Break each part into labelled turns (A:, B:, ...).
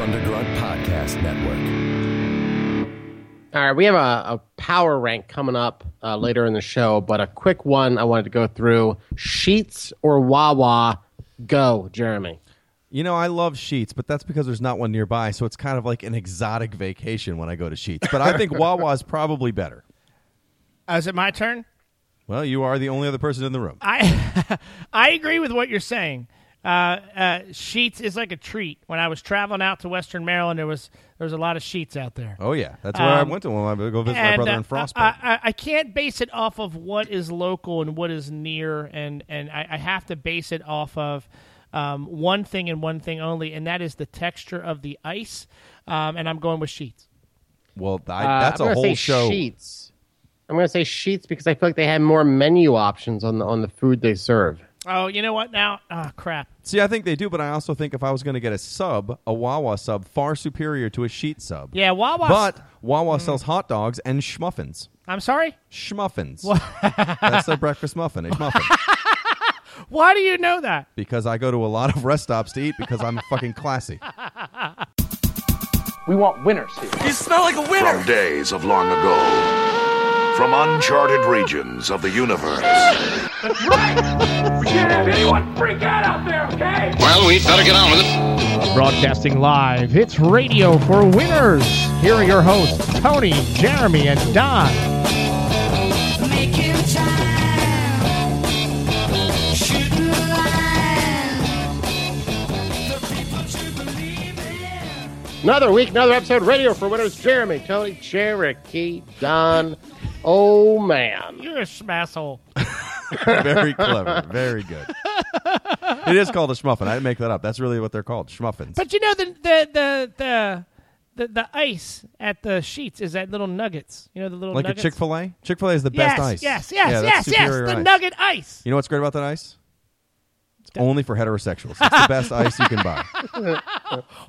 A: Underground Podcast Network.
B: All right, we have a, a power rank coming up uh, later in the show, but a quick one I wanted to go through: Sheets or Wawa? Go, Jeremy.
C: You know, I love Sheets, but that's because there's not one nearby, so it's kind of like an exotic vacation when I go to Sheets. But I think Wawa's probably better.
D: Uh, is it my turn?
C: Well, you are the only other person in the room.
D: Uh, I I agree with what you're saying. Uh, uh, sheets is like a treat. When I was traveling out to Western Maryland, there was there was a lot of sheets out there.
C: Oh yeah, that's where I
D: Um,
C: went to when I go visit my
D: And,
C: brother
D: uh,
C: in Frostburg.
D: I, I, I can't base it off of what is local and what is near, and and I, I have to base it off of um, one thing and one thing only, and that is the texture of the ice. Um, and I'm going with sheets.
C: well, I,
B: Uh,
C: that's
B: I'm
C: a
B: gonna
C: whole
B: say
C: show.
B: Sheets. I'm going to say Sheets because I feel like they had more menu options on the on the food they serve.
D: Oh, you know what? Now, ah, crap.
C: See, I think they do, but I also think if I was going to get a sub, a Wawa sub, far superior to a sheet sub.
D: Yeah, Wawa's- Hmm.
C: But Wawa sells hot dogs and schmuffins.
D: I'm sorry.
C: Schmuffins. that's their breakfast muffin. A schmuffin.
D: Why do you know that?
C: because I go to a lot of rest stops to eat because I'm fucking classy.
E: We want winners here.
F: From days of long ago, from uncharted regions of the universe.
G: Well, we better get on with it.
D: Broadcasting live, it's Radio for Winners. Here are your hosts, Tony, Jeremy, and Don.
H: Making time, shooting the line. The people to believe in.
B: Another week, another episode. Radio for winners. Jeremy, Tony, Cherokee, Don. Oh man.
D: You're a smasshole.
C: Very clever. Very good. it is called a schmuffin. I didn't make that up. That's really what they're called, schmuffins.
D: But you know the the the the the, the ice at the sheets is that little nuggets. You know the little
C: like
D: nuggets?
C: a Chick Fil A. Chick Fil A is the
D: Yes,
C: best ice.
D: yes, yes,
C: Yeah,
D: yes,
C: that's
D: yes.
C: superior
D: The
C: ice.
D: nugget ice.
C: You know what's great about that ice? It's only for heterosexuals. It's the best ice you can buy.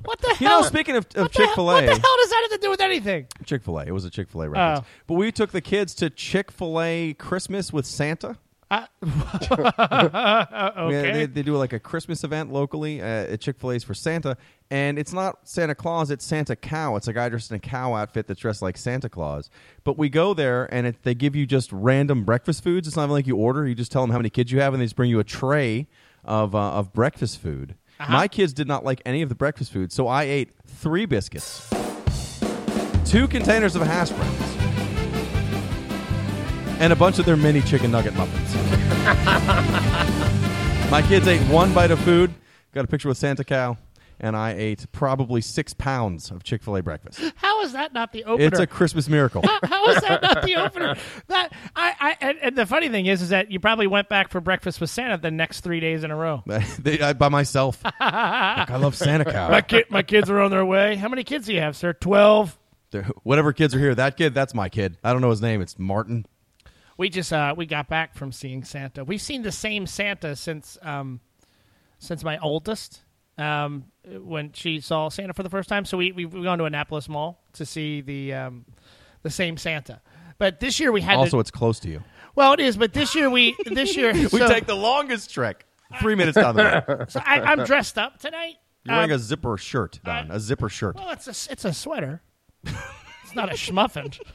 D: What the
C: You
D: hell?
C: know, speaking of, of
D: Oh. what the
C: Chick
D: hell-
C: Fil
D: What the
C: A,
D: hell does that have to do with anything?
C: Chick Fil A. It was a Chick Fil A reference.
D: Oh.
C: But we took the kids to Chick Fil A Christmas with Santa.
D: Okay.
C: Yeah, they, they do like a Christmas event locally uh, at Chick Fil A's for Santa, and it's not Santa Claus; it's Santa Cow. It's a guy dressed in a cow outfit that's dressed like Santa Claus. But we go there, and it, they give you just random breakfast foods. It's not even like you order; you just tell them how many kids you have, and they just bring you a tray of uh, of breakfast food. My kids did not like any of the breakfast food, so I ate three biscuits, two containers of hash browns, and a bunch of their mini chicken nugget muffins. My kids ate one bite of food, got a picture with Santa Cow, and I ate probably six pounds of Chick fil A breakfast.
D: How is that not the opener?
C: It's a Christmas miracle.
D: How is that not the opener? That I, I and, and the funny thing is, is that you probably went back for breakfast with Santa the next three days in a row.
C: They- I- by myself. Look, I love Santa Cow.
D: kid, my kids are on their way. How many kids do you have, sir? Twelve.
C: They're- Whatever kids are here, that kid, that's my kid. I don't know his name. It's Martin.
D: We just uh, we got back from seeing Santa. We've seen the same Santa since um, since my oldest um, when she saw Santa for the first time. So we we've gone to Annapolis Mall to see the um, the same Santa. But this year we had
C: Also,
D: to,
C: it's close to you.
D: well it is. But this year we this year
C: We
D: so,
C: take the longest trek. Three minutes down the road.
D: so I, I'm dressed up tonight.
C: You're wearing
D: Um,
C: a zipper shirt,
D: Uh,
C: Don. A zipper shirt.
D: well, it's a it's a sweater. it's not a schmuffin.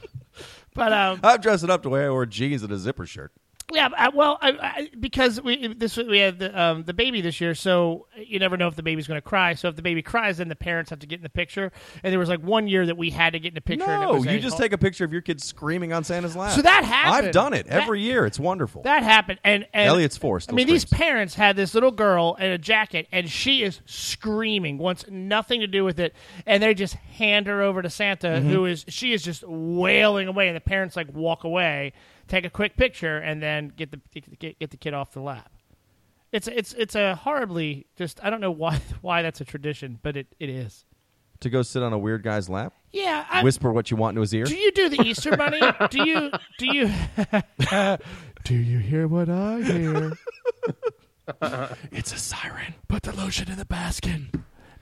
D: But um,
C: I'm dressing up to wear I wore jeans and a zipper shirt.
D: Yeah, I, well, I, I, because we this we had the, um, the baby this year, so you never know if the baby's going to cry. So if the baby cries, then the parents have to get in the picture. And there was like one year that we had to get in the picture. and it
C: No,
D: was
C: you
D: a-
C: just take a picture of your kid screaming on Santa's lap.
D: So that happened.
C: I've done it
D: That-
C: every year. It's wonderful.
D: that happened. And, and
C: Elliot's four
D: I
C: still
D: mean, these
C: screams.
D: parents had this little girl in a jacket, and she is screaming, wants nothing to do with it, and they just hand her over to Santa,
C: Mm-hmm.
D: who is she is just wailing away, and the parents like walk away, take a quick picture, and then get the get, get the kid off the lap. It's it's it's a horribly just I don't know why why that's a tradition, but it, it is.
C: to go sit on a weird guy's lap,
D: Yeah, I,
C: whisper what you want into his ear.
D: do you do the Easter Bunny? do you do you do you hear what I hear?
C: It's a siren. Put the lotion in the basket.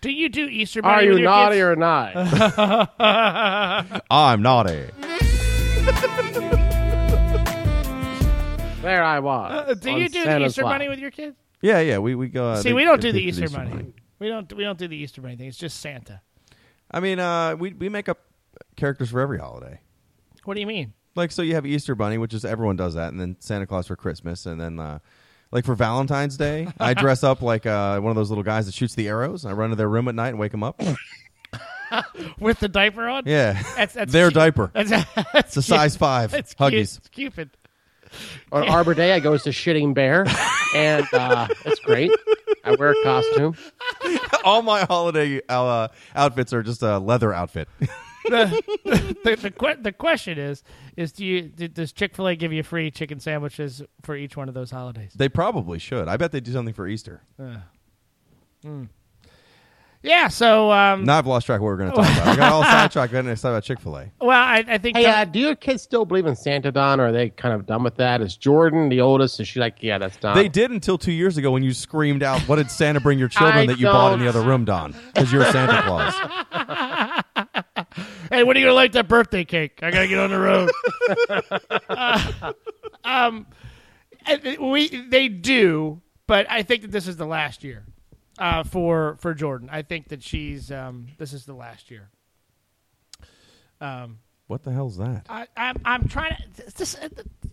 D: Do you do Easter Bunny?
B: Are you
D: with your
B: naughty
D: kids?
B: or not?
C: I'm naughty.
B: there I was.
D: Uh, do
B: on
D: you do the
B: Santa's
D: Easter
B: lap.
D: Bunny with your kids?
C: Yeah, yeah. We we go. Uh,
D: See,
C: they-
D: we don't
C: they
D: do the
C: take
D: Easter
C: Bunny.
D: Bunny. We don't we don't do the Easter Bunny thing. It's just Santa.
C: I mean, uh, we we make up characters for every holiday.
D: What do you mean?
C: Like, so you have Easter Bunny, which is everyone does that, and then Santa Claus for Christmas, and then uh, like for Valentine's Day, I dress up like uh, one of those little guys that shoots the arrows. And I run to their room at night and wake them up.
D: With the diaper on?
C: Yeah,
D: That's, that's
C: their
D: cute.
C: diaper.
D: That's,
C: It's
D: that's
C: a size five.
D: That's cute.
C: Huggies.
D: It's Cupid.
B: On Arbor Day, I go as the shitting bear, and uh, it's great. I wear a costume.
C: All my holiday uh, outfits are just a leather outfit.
D: The, the, que- the question is, is do you do, does Chick Fil A give you free chicken sandwiches for each one of those holidays?
C: they probably should. I bet they do something for Easter.
D: Yeah. So, um,
C: Now I've lost track of what we're going to talk about. I got all sidetracked. I didn't talk about Chick Fil A.
D: well, I, I think
B: Hey, uh, do your kids still believe in Santa Don, or are they kind of done with that? Is Jordan the oldest? Is she like, yeah, that's Don?
C: They did until two years ago when you screamed out, "What did Santa bring your children
B: I
C: that you bought in
B: don't-
C: the other room, Don?" Because you're Santa Claus.
D: Hey, when are you gonna light that birthday cake? I gotta get on the road. Uh, um, and we they do, but I think that this is the last year uh, for for Jordan. I think that she's um, this is the last year. Um,
C: What the hell's that?
D: I, I'm I'm trying to this, this uh,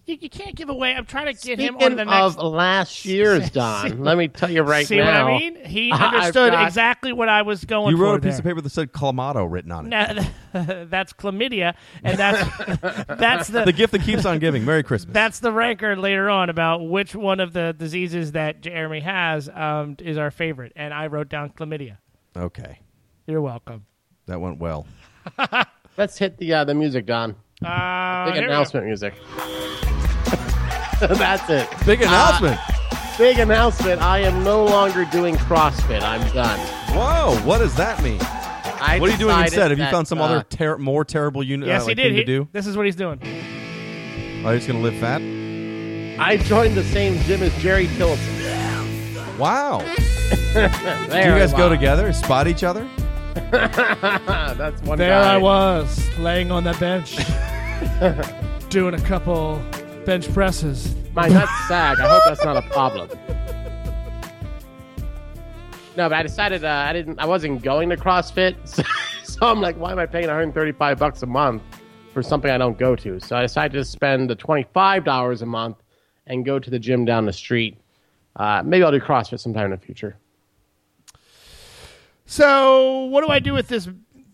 D: you, you can't give away. I'm trying to get him on
B: Speaking
D: the
B: of
D: next.
B: last year's Don, let me tell you right
D: see
B: now.
D: what I mean? He
B: I've
D: understood
B: got-
D: exactly what I was going.
C: You wrote
D: for
C: a piece of
D: there.
C: paper that said "Clamato" written on it.
D: No, that's chlamydia, and that's that's the
C: The gift that keeps on giving. Merry Christmas.
D: that's the rancor later on about which one of the diseases that Jeremy has um, is our favorite, and I wrote down chlamydia.
C: okay.
D: You're welcome.
C: That went well.
B: Let's hit the uh, the music, Don.
D: Uh,
B: Big
D: here we go.
B: announcement music. That's it. Uh,
C: Big announcement.
B: Big announcement. I am no longer doing CrossFit. I'm done.
C: Whoa! What does that mean?
B: I
C: What are you doing
B: decided
C: instead? Have you
B: that,
C: found some
B: uh,
C: other ter- more terrible uni-
D: Yes,
C: uh,
D: he
C: like,
D: did.
C: thing
D: He-
C: to do?
D: This is what he's doing.
C: Are you just gonna live fat?
B: I joined the same gym as Jerry Phillips.
C: Wow. Do you guys go together? Spot each other?
B: That's one
D: There
B: guy.
D: I was, laying on the bench, doing a couple bench presses.
B: Mine, that's sag. I hope that's not a problem. No, but I decided uh, I didn't. I wasn't going to CrossFit, so, so I'm like, why am I paying 135 bucks a month for something I don't go to? So I decided to spend the 25 dollars a month and go to the gym down the street. Uh, maybe I'll do CrossFit sometime in the future.
D: So, what do I do with this?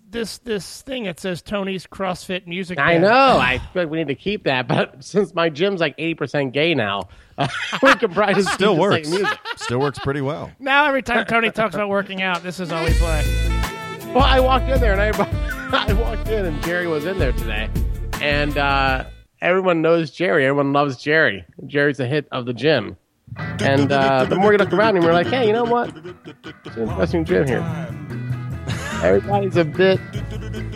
D: This this thing that says Tony's CrossFit music.
B: I
D: Band?
B: know. I feel like we need to keep that, but since my gym's like 80% gay now, we can probably just keep the
C: Still
B: same
C: works.
B: music.
C: Still works pretty well.
D: Now every time Tony talks about working out, this is all we play.
B: Well, I walked in there and I, I walked in and Jerry was in there today, and uh, everyone knows Jerry. Everyone loves Jerry. Jerry's the hit of the gym. And uh, the more you look around him, we're like, hey, you know what? It's an interesting gym here. Everybody's a bit.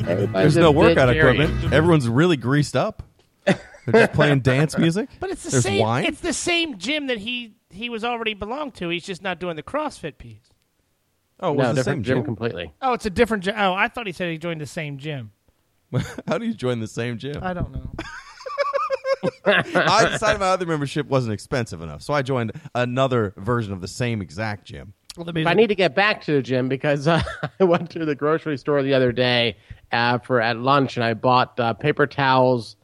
B: Everybody's
C: There's
B: a
C: no
B: bit
C: workout
B: Jerry.
C: equipment. Everyone's really greased up. They're just playing dance music.
D: But it's the
C: There's
D: same.
C: wine.
D: It's the same gym that he he was already belonged to. He's just not doing the CrossFit piece.
C: oh, it was
B: No,
C: the
B: different
C: same
B: gym,
C: gym.
B: completely.
D: Oh, it's a different gym. Oh, I thought he said he joined the same gym.
C: How do you join the same gym?
D: I don't know.
C: I decided my other membership wasn't expensive enough, so I joined another version of the same exact gym.
B: But I need to get back to the gym because uh, I went to the grocery store the other day uh, for at lunch, and I bought uh, paper towels,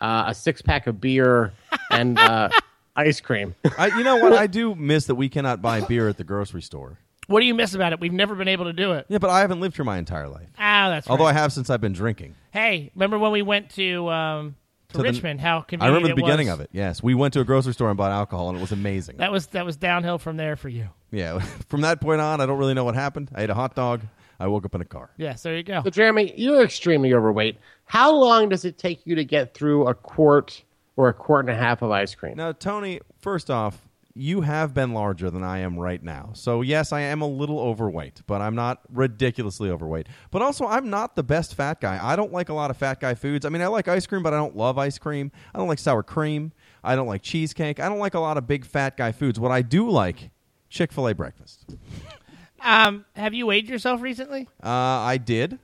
B: uh, a six pack of beer, and uh, ice cream.
C: I, you know what? I do miss that we cannot buy beer at the grocery store.
D: What do you miss about it? We've never been able to do it.
C: Yeah, but I haven't lived here my entire life.
D: Ah, that's
C: Although
D: right.
C: I have since I've been drinking.
D: hey, remember when we went to um to,
C: To the-
D: Richmond? how convenient
C: I remember the
D: it
C: beginning
D: was.
C: of it. Yes, we went to a grocery store and bought alcohol, and it was amazing.
D: That was that was downhill from there for you.
C: yeah, from that point on, I don't really know what happened. I ate a hot dog. I woke up in a car.
D: Yes, there you go.
B: So, Jeremy, you're extremely overweight. How long does it take you to get through a quart or a quart and a half of ice cream?
C: Now, Tony, first off, you have been larger than I am right now. So, yes, I am a little overweight, but I'm not ridiculously overweight. But also, I'm not the best fat guy. I don't like a lot of fat guy foods. I mean, I like ice cream, but I don't love ice cream. I don't like sour cream. I don't like cheesecake. I don't like a lot of big fat guy foods. What I do like, Chick fil A breakfast.
D: Um, have you weighed yourself recently?
C: Uh, I did.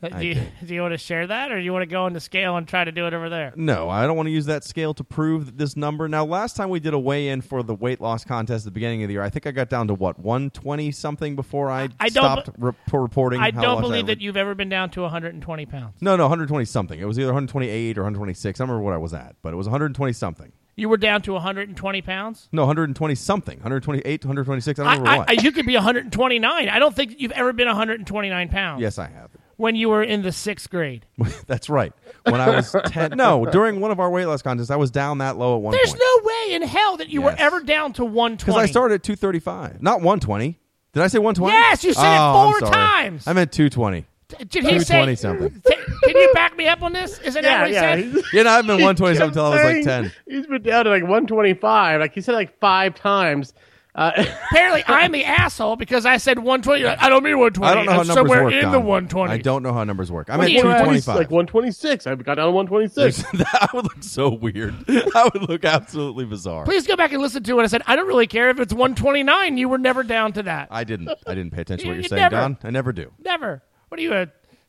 C: I
D: do, you,
C: did.
D: do you want to share that, or do you want to go on the scale and try to do it over there?
C: No, I don't want to use that scale to prove that this number. Now, last time we did a weigh in for the weight loss contest at the beginning of the year, I think I got down to what, 120 something before I,
D: I don't
C: stopped
D: be-
C: re- for reporting.
D: I
C: how
D: don't
C: much
D: believe
C: I
D: that you've ever been down to 120 pounds.
C: No, no, 120 something. It was either 128 or 126. I don't remember what I was at, but it was 120 something.
D: You were down to 120 pounds.
C: No, 120 something. 128 to 126. I don't
D: I,
C: remember
D: I,
C: what.
D: I, you could be 129. I don't think that you've ever been 129 pounds.
C: yes, I have.
D: When you were in the sixth grade.
C: That's right. When I was 10. No, during one of our weight loss contests, I was down that low at one
D: There's
C: point.
D: no way in hell that you were
C: Yes.
D: ever down to 120.
C: Because I started at 235, not 120. Did I say 120?
D: Yes, you said it
C: Oh, I'm
D: four
C: sorry.
D: times.
C: I meant 220.
D: Did he say?
C: 220 something.
D: T- Can you back me up on this? Isn't
B: Yeah,
D: that what he
B: yeah.
D: said?
B: he's-
C: Yeah, no, I've been 120
B: kept
C: until I was like
B: saying
C: 10.
B: He's been down to like 125. Like he said like five times. Uh,
D: Apparently, I'm the asshole because I said 120. You're like, I don't mean 120.
C: I don't know how
D: am
C: numbers
D: somewhere
C: work.
D: in
C: Don.
D: the 120.
C: I don't know how numbers work. I'm
D: What
C: at
D: do you-
C: 225.
B: like 126. I got down to 126.
C: I would look so weird. I would look absolutely bizarre.
D: Please go back and listen to what I said. I don't really care if it's 129. You were never down to that.
C: I didn't. I didn't pay attention to what
D: You-
C: you're
D: you
C: saying,
D: never-
C: Don. I never do.
D: never. What are you a?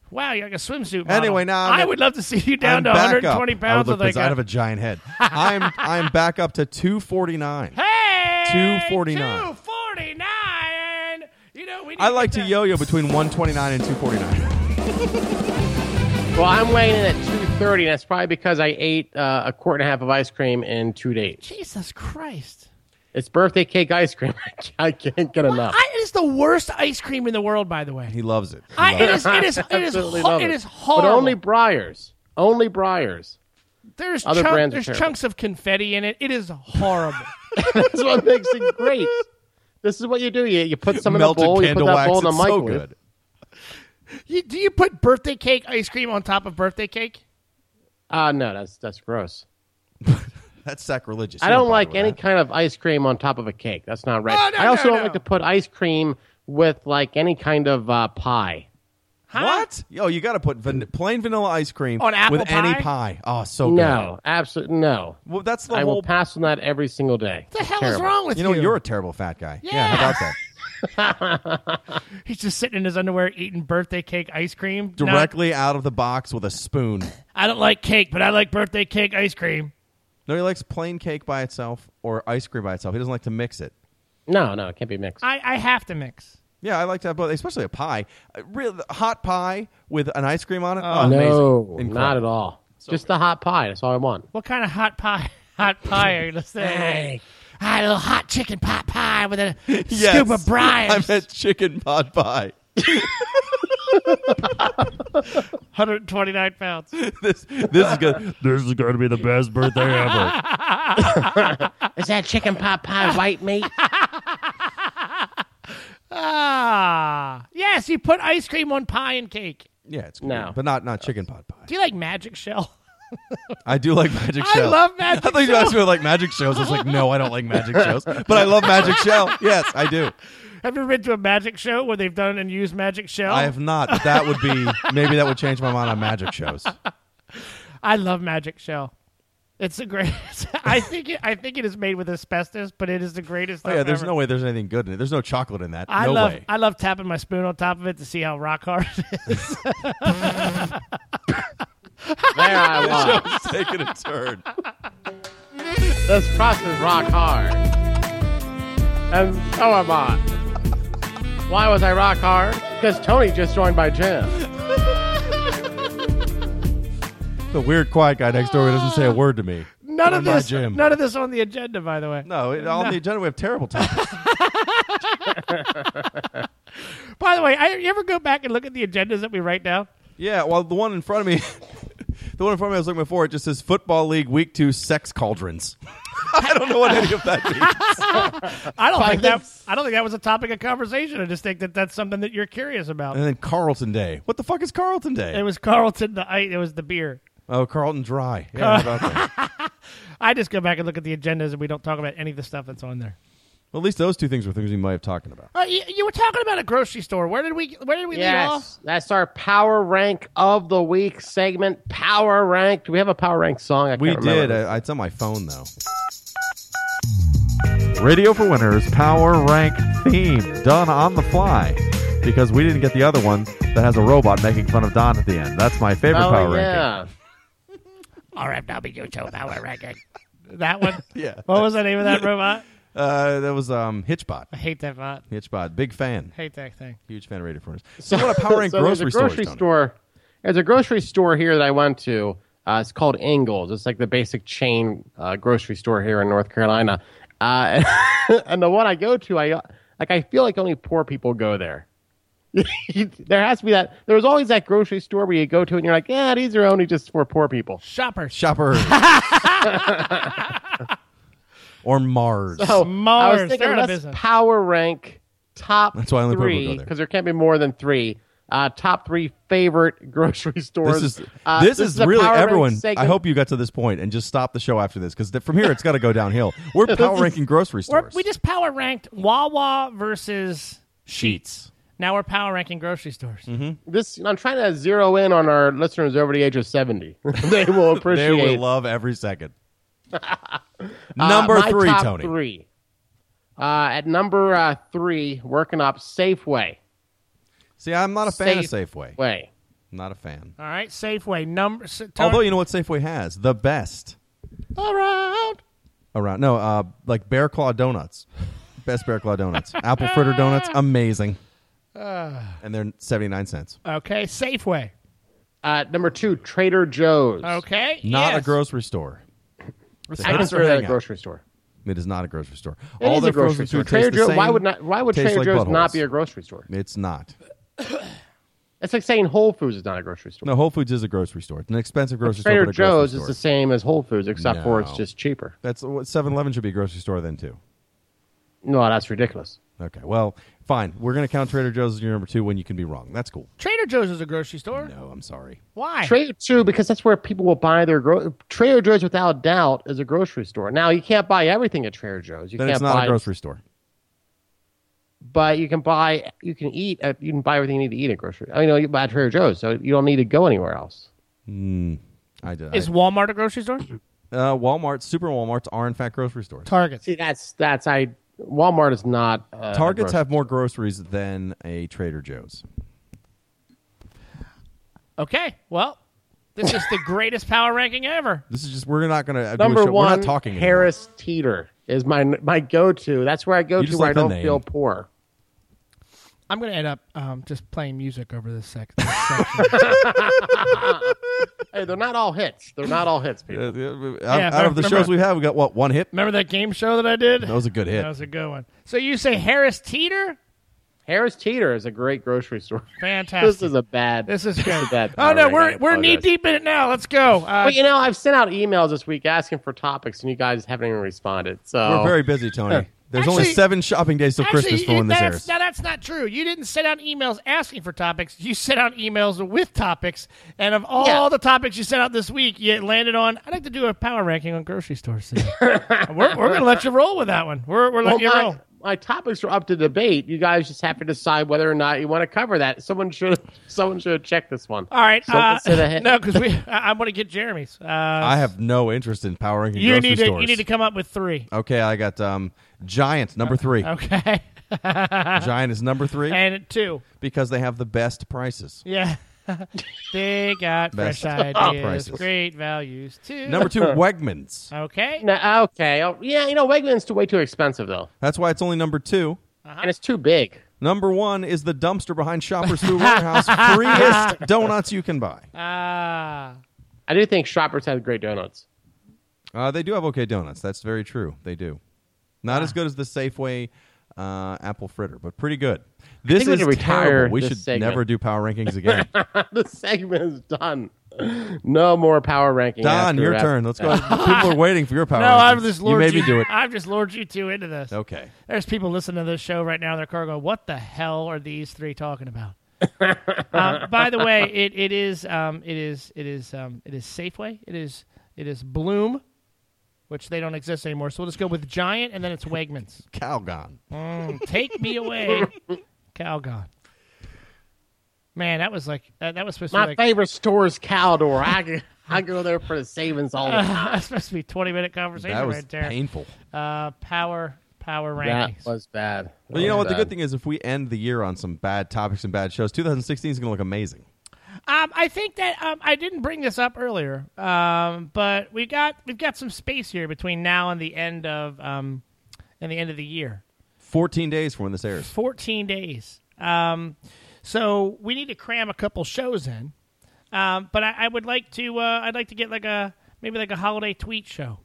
D: Wow, you're like a swimsuit. Model.
C: Anyway, now I'm
D: I
C: at-
D: would love to see you down
C: I'm
D: to
C: back up.
D: 120
C: I would
D: pounds
C: look
D: with like
C: bizarre. I'd have a giant head. I'm I'm back up to 249.
D: Hey,
C: 249.
D: 249. You know, we need
C: I
D: to
C: like
D: get
C: to
D: that-
C: yo-yo between 129 and 249.
B: Well, I'm weighing in at 230, and that's probably because I ate uh, a quart and a half of ice cream in two days.
D: Jesus Christ.
B: It's birthday cake ice cream. I can't get enough.
D: I, it is the worst ice cream in the world, by the way.
C: He loves it. He
D: I,
C: loves
D: it is. It is. It is.
B: Absolutely
D: ho-
B: love
D: it is
B: But
D: horrible.
B: only Briars. Only Briars.
D: there's
B: other
D: chunk-
B: brands are
D: there's
B: terrible.
D: chunks of confetti in it. It is horrible.
B: That's what makes it great. This is what you do. You, you put some in a
C: Melted
B: bowl, you put
C: candle
B: that
C: wax.
B: bowl in the
C: it's so
B: microwave.
C: good.
D: you, do you put birthday cake ice cream on top of birthday cake?
B: Ah, no, that's that's gross.
C: That's sacrilegious.
B: I
C: You
B: don't
C: bother
B: like
C: with
B: any
C: that.
B: kind of ice cream on top of a cake. That's not right.
D: Oh, no,
B: I also
D: no,
B: don't
D: no.
B: like to put ice cream with like any kind of uh, pie.
D: Huh?
C: What? Yo, you got to put van- plain vanilla ice cream
D: On apple
C: with
D: pie?
C: any pie. Oh, so
B: No, absolutely no.
C: good. Well, that's the
B: I will
C: whole.
B: pass on that every single day.
D: What the hell is
B: Terrible.
D: wrong with
C: you
D: you?
C: know, you're a terrible fat guy.
D: Yeah.
C: how about that?
D: He's just sitting in his underwear eating birthday cake ice cream. No,
C: Directly out of the box with a spoon.
D: I don't like cake, but I like birthday cake ice cream.
C: No, he likes plain cake by itself or ice cream by itself. He doesn't like to mix it.
B: No, no, it can't be mixed.
D: I, I have to mix.
C: Yeah, I like to have both, especially a pie. A real hot pie with an ice cream on it. Oh,
B: no,
C: amazing.
B: not
C: Incredible.
B: at all. Just the hot pie. That's all I want.
D: What kind of hot pie? Hot pie are you listening? Hey, I had a little hot chicken pot pie with a
C: Yes.
D: scoop of brine.
C: I meant chicken pot pie.
D: 129 pounds.
C: This this is good.
E: This is going to be the best birthday ever.
B: Is that chicken pot pie white meat?
D: Ah, yes, you put ice cream on pie and cake.
C: Yeah, it's good,
B: No.
C: but not not chicken pot pie.
D: Do you like Magic Shell?
C: I do like Magic
D: I
C: Shell.
D: love Magic
C: I thought you
D: Shell.
C: asked me about, like Magic shows. I was like, no, I don't like Magic shows, but I love Magic Shell. Yes, I do.
D: Have you ever been to a Magic Show where they've done and used Magic Shell?
C: I have not. But that would be maybe that would change my mind on Magic Oh, shows.
D: I love Magic Shell. It's the greatest. I think it, I think it is made with asbestos, but it is the greatest.
C: Oh
D: stuff
C: yeah, there's
D: ever.
C: no way there's anything good in it. There's no chocolate in that.
D: I
C: no
D: love
C: way.
D: I love tapping my spoon on top of it to see how rock hard. it is.
B: There I was.
C: It's taking a turn.
B: This process rock hard. And so am I. Why was I rock hard? Because Tony just joined by Jim.
C: The weird quiet guy next door who doesn't say a word to me.
D: None of
C: By
D: this.
C: Jim.
D: None of this on the agenda, by the way.
C: No, it, on the agenda we have terrible topics.
D: By the way, I, you ever go back and look at the agendas that we write down?
C: yeah, well, the one in front of me, the one in front of me I was looking for, it just says Football League Week Two Sex Cauldrons. I don't know what any of that means.
D: I don't think that.
B: this-
D: I don't think that was a topic of conversation. I just think that that's something that you're curious about.
C: And then Carlton Day. What the fuck is Carlton
D: It
C: Day?
D: was Carlton. The I, it was the beer.
C: oh, Carlton Dry. Yeah, how about that?
D: I just go back and look at the agendas, and we don't talk about any of the stuff that's on there.
C: Well, at least those two things were things we might have talking about.
D: Uh, you, you were talking about a grocery store. Where did we? Where did we leave off?
B: Yes, that's our power rank of the week segment. Power rank. Do we have a power rank song? I
C: We
B: can't remember.
C: did. I, it's on my phone though. Radio for Winners Power Rank theme done on the fly. because we didn't get the other one that has a robot making fun of Don at the end. That's my favorite
B: Oh
C: power
B: yeah.
D: RFW show power record. That one.
C: Yeah.
D: What was the name of that robot?
C: ranking. Uh, that was um, Hitchbot.
D: I hate that bot.
C: Hitchbot, big fan,
D: Hate that thing.
C: huge fan of Radio Furnace. So, what a power rank
B: so there's
C: grocery,
B: a grocery
C: stores, Tony.
B: store. There's a grocery store here that I went to. Uh, it's called Ingles. It's like the basic chain uh, grocery store here in North Carolina. Uh, and the one I go to, I like. I feel like only poor people go there. there has to be that. There's always that grocery store where you go to and you're like, yeah, these are only just for poor people.
D: Shopper.
C: Shopper. or Mars.
B: So
D: Mars,
B: Oh, I was
D: they're
B: thinking
D: out of
B: let's
D: business.
B: power rank top
C: That's why only poor people go
B: three
C: there.
B: because there can't be more than three. Uh, top three favorite grocery stores.
C: This is
B: Uh,
C: this, is,
B: a
C: really
B: power rank
C: everyone. I
B: segment.
C: hope you got to this point and just stop the show after this because from here it's got to go downhill. We're power ranking grocery
D: We're,
C: stores.
D: we just power ranked Wawa versus Sheets. Now we're power ranking grocery stores.
C: Mm-hmm.
B: this I'm trying to zero in on our listeners over the age of 70. they will
C: they
B: appreciate
C: will love every second.
B: Uh,
C: Number
B: my
C: three,
B: top
C: Tony.
B: Three. Uh, at number uh, three, working up Safeway.
C: See, I'm not a fan of Safeway.
B: Way.
C: Not a fan.
D: All right, Safeway number. s- Tony-
C: Although you know what Safeway has the best
B: Around.
C: around. No, uh, like Bear Claw donuts, best Bear Claw donuts, apple fritter donuts, amazing. and they're seventy nine cents.
D: okay, Safeway.
B: Uh, number two, Trader Joe's.
D: Okay,
C: Not
D: yes.
C: a grocery store.
B: I
C: House
B: consider that a
C: Hangout.
B: grocery store.
C: It is not a grocery store.
B: It is a grocery
C: frozen
B: store.
C: food tastes
B: Trader
C: the
B: Joe's. Why
C: same,
B: would not? Why would
C: tastes
B: Trader
C: like
B: Joe's not
C: buttholes.
B: be a grocery store?
C: It's not.
B: It's like saying Whole Foods is not a grocery store.
C: No, Whole Foods is a grocery store. It's an expensive grocery
B: Trader
C: store. but a grocery
B: Joe's is
C: store.
B: the same as Whole Foods, except for it's
C: No.
B: just cheaper.
C: That's what 7-Eleven should be a grocery store then too.
B: No, that's ridiculous.
C: Okay, well, fine. We're gonna count Trader Joe's as your number two when you can be wrong. That's cool.
D: Trader Joe's is a grocery store.
C: No, I'm sorry.
D: Why?
B: Trader Joe because that's where people will buy their gro- Trader Joe's without doubt is a grocery store. Now you can't buy everything at Trader Joe's. You
C: Then
B: can't
C: it's not
B: buy,
C: a grocery store.
B: but you can buy you can eat at, you can buy everything you need to eat at grocery. I mean, you, know, you buy at Trader Joe's, so you don't need to go anywhere else.
C: I did.
D: Is
C: I-
D: Walmart a grocery store?
C: uh, Walmart, super Walmarts are in fact grocery stores.
D: Targets.
B: See, that's that's I Walmart is not uh,
C: Targets have more groceries than a Trader Joe's.
D: Okay, well, this is the greatest power ranking ever.
C: This is just we're not gonna uh, do a
B: number
C: show-
B: one.
C: We're not talking anymore.
B: Harris Teeter is my my go to. That's where I go
C: You
B: to
C: just
B: where
C: like
B: I
C: the
B: don't
C: name.
B: feel poor.
D: I'm gonna end up um, just playing music over this sec- this section.
B: Hey, they're not all hits. They're not all hits, people.
C: Uh, uh, out,
D: Yeah,
C: out of the
D: remember-
C: shows we have, we got what one hit.
D: Remember that game show that I did?
C: That was a good hit.
D: That was a good one. So you say Harris Teeter?
B: Harris Teeter is a great grocery store.
D: Fantastic.
B: this is a bad.
D: This is
B: a
D: good.
B: bad
D: oh
B: power
D: no,
B: rank. I
D: we're we're knee
B: apologize.
D: deep in it now. Let's go. Uh,
B: But you know, I've sent out emails this week asking for topics, and you guys haven't even responded. So
C: We're very busy, Tony. There's only
D: Oh. Actually-
C: seven shopping days till Christmas for
D: you-
C: when this
D: that's,
C: airs.
D: now that's not true. You didn't send out emails asking for topics. You sent out emails with topics, and of all
B: Yeah.
D: the topics you sent out this week, you landed on. I'd like to do a power ranking on grocery stores. Sid." we're we're gonna let you roll with that one. We're
B: Well,
D: we're letting you roll.
B: my, my topics are up to debate. You guys just have to decide whether or not you want to cover that. Someone should. Someone should check this one.
D: All right.
B: Someone
D: Uh,
B: said ahead.
D: no, because we. I, I want to get Jeremy's. Uh,
C: I have no interest in power ranking
D: you
C: grocery
D: need to
C: stores.
D: you need to come up with three.
C: okay, I got um, Giant number three.
D: Okay.
C: Giant is number three
D: and two.
C: because they have the best prices.
D: Yeah. they got
C: Best
D: fresh
C: top
D: ideas,
C: prices.
D: great values too.
C: Number two, Wegmans.
D: okay.
B: No, okay. Oh, yeah, you know, Wegmans too way too expensive though,
C: That's why it's only number two.
D: Uh-huh.
B: and it's too big.
C: Number one is the dumpster behind Shoppers Food Warehouse. Freest donuts you can buy.
D: Ah.
B: I do think Shoppers have great donuts.
C: Uh, they do have okay donuts. That's very true. They do. Not
D: Ah.
C: as good as the Safeway uh, apple fritter, but pretty good. This
B: think we
C: is
B: should retire
C: terrible. We
B: this
C: should
B: segment.
C: never do power rankings again.
B: the segment is done. No more power ranking.
C: Don,
B: after-
C: your
B: after
C: turn. Let's
B: that.
C: go. People are waiting for your power.
D: No,
C: rankings.
D: I've just lured
C: you made me do it.
D: I've just lured you two into this.
C: Okay.
D: There's people listening to this show right now in their car going, "What the hell are these three talking about?" um, by the way, it, it is um, it is it is um, it is Safeway. It is it is Bloom, which they don't exist anymore. So we'll just go with Giant, and then it's Wegmans.
C: Calgon.
D: Mm, take me away, Calgon. Man, that was like that, that was supposed to
B: My
D: be like,
B: favorite store is Caldor. I go, I go there
D: Ah,
B: for the savings all the time.
D: that's supposed to be twenty minute conversation
C: That was
D: right there.
C: painful.
D: Uh, power power
B: That
D: rankings.
B: was bad.
C: Well, you know what? The good thing is, if we end the year on some bad topics and bad shows, 2016 is going to look amazing.
D: Um, I think that um, I didn't bring this up earlier, um, but we got we've got some space here between now and the end of um, and the end of the year.
C: 14 days from when this airs.
D: 14 days. Um, so we need to cram a couple shows in. Um, but I, I would like to. Uh, I'd like to get like a maybe like a holiday tweet show,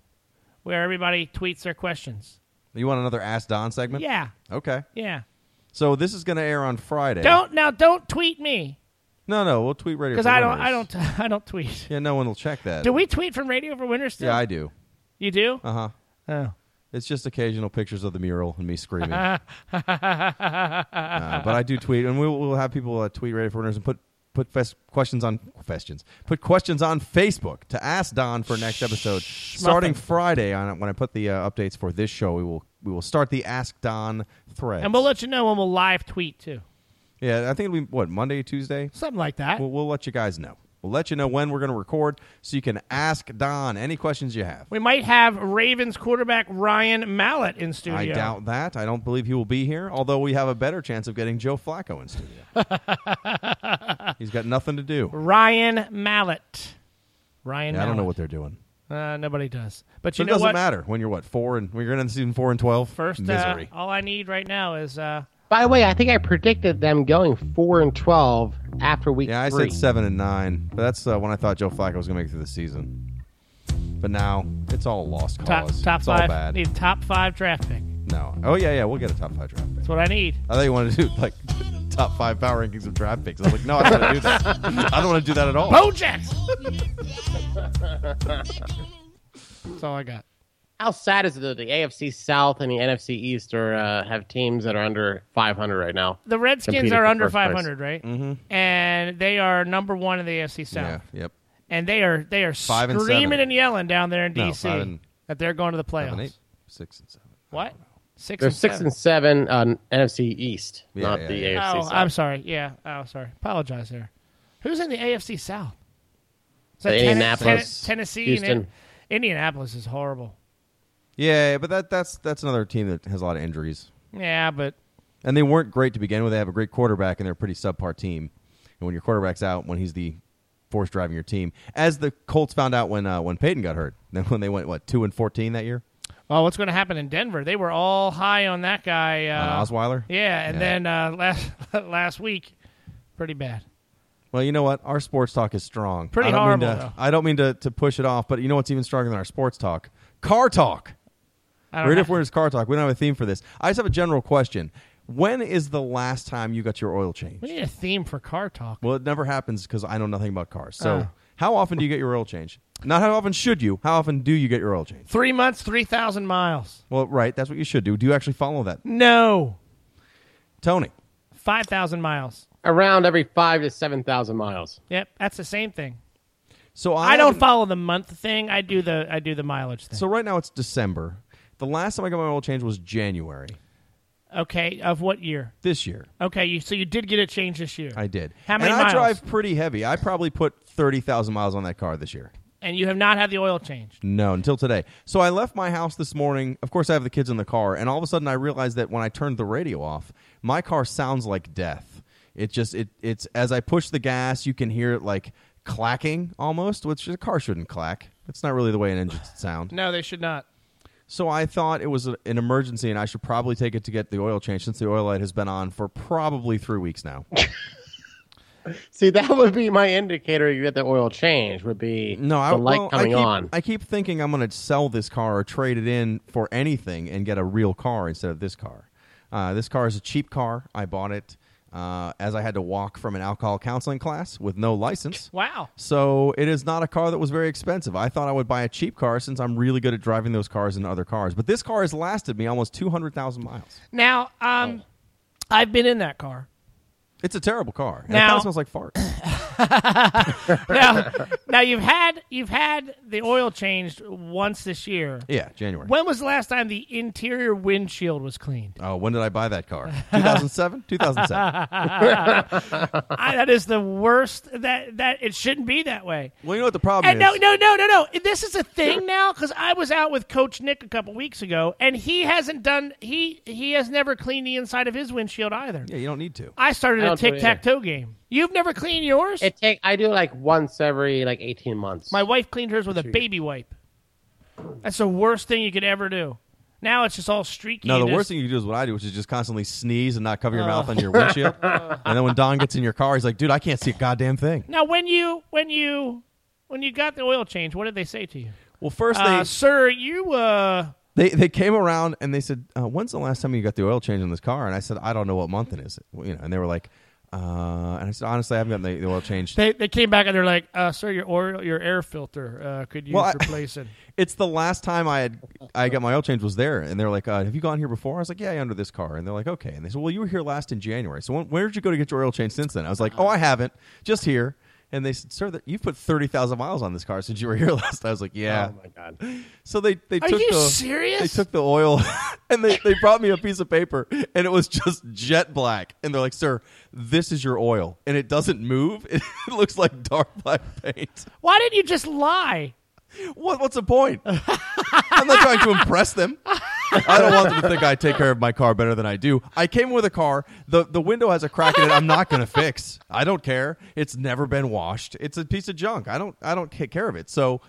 D: where everybody tweets their questions.
C: You want another Ask Don segment?
D: Yeah,
C: Okay.
D: yeah.
C: So this is going to air on Friday.
D: Don't now. Don't tweet me
C: No, no. We'll tweet Radio
D: because
C: for
D: I don't.
C: Winners.
D: I don't. I don't tweet.
C: Yeah, no one will check that.
D: Do we tweet from Radio for Winter still?
C: Yeah, I do.
D: you do.
C: Uh huh.
D: oh.
C: It's just occasional pictures of the mural and me screaming. Uh, but I do tweet, and we'll, we'll have people uh, tweet Radio for Winners and put put fes- questions on questions. Put questions on Facebook to ask Don for next episode, starting Friday. On when I put the uh, updates for this show, we will we will start the Ask Don thread.
D: And we'll let you know when we'll live tweet too.
C: yeah, I think it'll be what Monday, Tuesday.
D: Something like that.
C: We'll, we'll let you guys know. We'll let you know when we're going to record, so you can ask Don any questions you have.
D: we might have Ravens quarterback Ryan Mallett in studio.
C: I doubt that. I don't believe he will be here, although we have a better chance of getting Joe Flacco in studio. He's got nothing to do.
D: Ryan Mallett. Ryan
C: Yeah, I don't know
D: Mallett.
C: what they're doing.
D: Uh, nobody does. But
C: So it
D: you know
C: doesn't
D: what?
C: matter when you're what, four and when you're in season four and twelve?
D: First, uh,
C: misery.
D: all I need right now is uh,
B: By the way, I think I predicted them going four and twelve after week
C: yeah, I
B: three.
C: said seven and nine. But that's uh, when I thought Joe Flacco was gonna make it through the season. But now it's all a lost
D: top
C: cause.
D: top
C: it's
D: five.
C: all bad.
D: Need a top five draft pick.
C: No. Oh yeah, yeah, we'll get a top five draft pick.
D: That's what I need.
C: I thought you wanted to do like top five power rankings of draft picks. I was like, no, I don't want to do that. I don't want to do that at all.
D: Bo Jackson. That's all I got.
B: How sad is it that the AFC South and the NFC East are uh, have teams that are under 500 right now?
D: The Redskins
B: Competing
D: are
B: for
D: under
B: first place.
D: 500, right? Mm-hmm. And they are number one in the AFC South.
C: Yeah. Yep.
D: and they are they are
C: Five and
D: screaming
C: seven.
D: and yelling down there in
C: No,
D: DC
C: five and-
D: that they're going to the playoffs.
C: Seven, eight, six, and seven.
D: What? 6
B: They're
D: and
B: six
D: seven.
B: and seven on NFC East,
C: Yeah,
B: not
C: yeah,
B: the
C: yeah.
B: AFC
D: Oh,
B: South.
D: I'm sorry. Yeah. Oh, sorry. Apologize there. Who's in the AFC South? Is
B: The
D: Tenne-
B: Indianapolis,
D: Tenne- Tennessee, and
B: Houston.
D: In- Indianapolis is horrible.
C: Yeah, but that that's that's another team that has a lot of injuries,
D: Yeah, but
C: and they weren't great to begin with. They have a great quarterback, and they're a pretty subpar team. And when your quarterback's out, when he's the force driving your team, as the Colts found out when uh, when Peyton got hurt, then when they went what two and fourteen that year
D: well, what's going to happen in Denver? They were all high on that guy.
C: on
D: Uh,
C: Osweiler.
D: Yeah, and
C: Yeah.
D: then uh, last last week, pretty bad.
C: Well, you know what? Our sports talk is strong.
D: Pretty
C: I don't
D: horrible,
C: Mean to,
D: though.
C: I don't mean to, to push it off, but you know what's even stronger than our sports talk? Car talk.
D: I don't
C: Right
D: know.
C: if we're in car talk, we don't have a theme for this. I just have a general question. When is the last time you got your oil changed?
D: we need a theme for car talk.
C: Well, it never happens because I know nothing about cars. So,
D: Uh.
C: how often do you get your oil change? Not how often should you. How often do you get your oil change?
D: Three months, three thousand miles.
C: Well, right. That's what you should do. Do you actually follow that,
D: No,
C: Tony?
D: five thousand miles.
B: Around every five to seven thousand miles.
D: Yep, that's the same thing.
C: So
D: I don't
C: haven't-
D: follow the month thing. I do the I do the mileage thing.
C: So right now it's December. The last time I got my oil change was January
D: okay, of what year?
C: this year.
D: Okay, you so you did get a change this year.
C: I did.
D: How many
C: and I
D: miles?
C: drive pretty heavy. I probably put thirty thousand miles on that car this year.
D: And you have not had the oil changed.
C: No, until today. So I left my house this morning. Of course, I have the kids in the car, and all of a sudden, I realized that when I turned the radio off, my car sounds like death. It just it it's as I push the gas, you can hear it like clacking almost, which a car shouldn't clack. That's not really the way an engine should sound.
D: No, they should not.
C: So I thought it was a, an emergency, and I should probably take it to get the oil change since the oil light has been on for probably three weeks now.
B: See, that would be my indicator you get the oil change. Would be
C: No, I,
B: the light
C: well, I
B: coming
C: keep,
B: on.
C: I keep thinking I'm going to sell this car or trade it in for anything and get a real car instead of this car. Uh, this car is a cheap car. I bought it uh, as I had to walk from an alcohol counseling class with no license.
D: Wow.
C: So it is not a car that was very expensive. I thought I would buy a cheap car since I'm really good at driving those cars and other cars. But this car has lasted me almost 200,000 miles. Oh.
D: Now, um, I've been in that car.
C: It's a terrible car. And it
D: Now-
C: kind of smells like fart.
D: now, now you've had you've had the oil changed once this year.
C: yeah, January.
D: When was the last time the interior windshield was cleaned?
C: Oh, when did I buy that car? 2007? 2007.
D: I, that is the worst. That that it shouldn't be that way.
C: Well, you know what the problem
D: And
C: is?
D: no, no, no, no, no. This is a thing now because I was out with Coach Nick a couple weeks ago, and he hasn't done he he has never cleaned the inside of his windshield either.
C: Yeah, you don't need to.
D: I started
B: I
D: a
B: don't do it
D: tic tac toe game. You've never cleaned yours.
B: It take I do like once every like eighteen months.
D: My wife cleaned hers with a baby wipe. That's the worst thing you could ever do. Now it's just all streaky.
C: No, the
D: and
C: worst
D: it's-
C: thing you do is what I do, which is just constantly sneeze and not cover your mouth on your windshield. and then when Don gets in your car, he's like, dude, I can't see a goddamn thing.
D: Now, when you when you when you got the oil change, what did they say to you,
C: Well, first
D: uh, sir? You uh,
C: they, they, they came around and they said, uh, when's the last time you got the oil change on this car? And I said, I don't know what month it is. Well, You know, and they were like, uh, and I said, honestly, I haven't gotten the, the oil changed.
D: they they came back and they're like, uh, sir, your oil your air filter uh, could use
C: Well, I-
D: replacing.
C: it's the last time I had I got my oil change was there, and they're like, uh, "Have you gone here before?" I was like, "Yeah, under this car," and they're like, "Okay," and they said, "Well, you were here last in January, so when, where did you go to get your oil change since then?" I was like, "Oh, I haven't, just here." And they said, "Sir, that you've put thirty thousand miles on this car since you were here last." I was like, "Yeah."
B: oh my god.
C: So they they
D: Are
C: took
D: you
C: the,
D: serious?
C: They took the oil and they, they brought me a piece of paper and it was just jet black. And they're like, "Sir, this is your oil, and it doesn't move. It looks like dark black paint."
D: Why didn't you just lie?
C: What, what's the point? I'm not trying to impress them. I don't want them to think I take care of my car better than I do. I came with a car. The, the window has a crack in it. I'm not going to fix. I don't care. It's never been washed. It's a piece of junk. I don't I don't take care of it. So,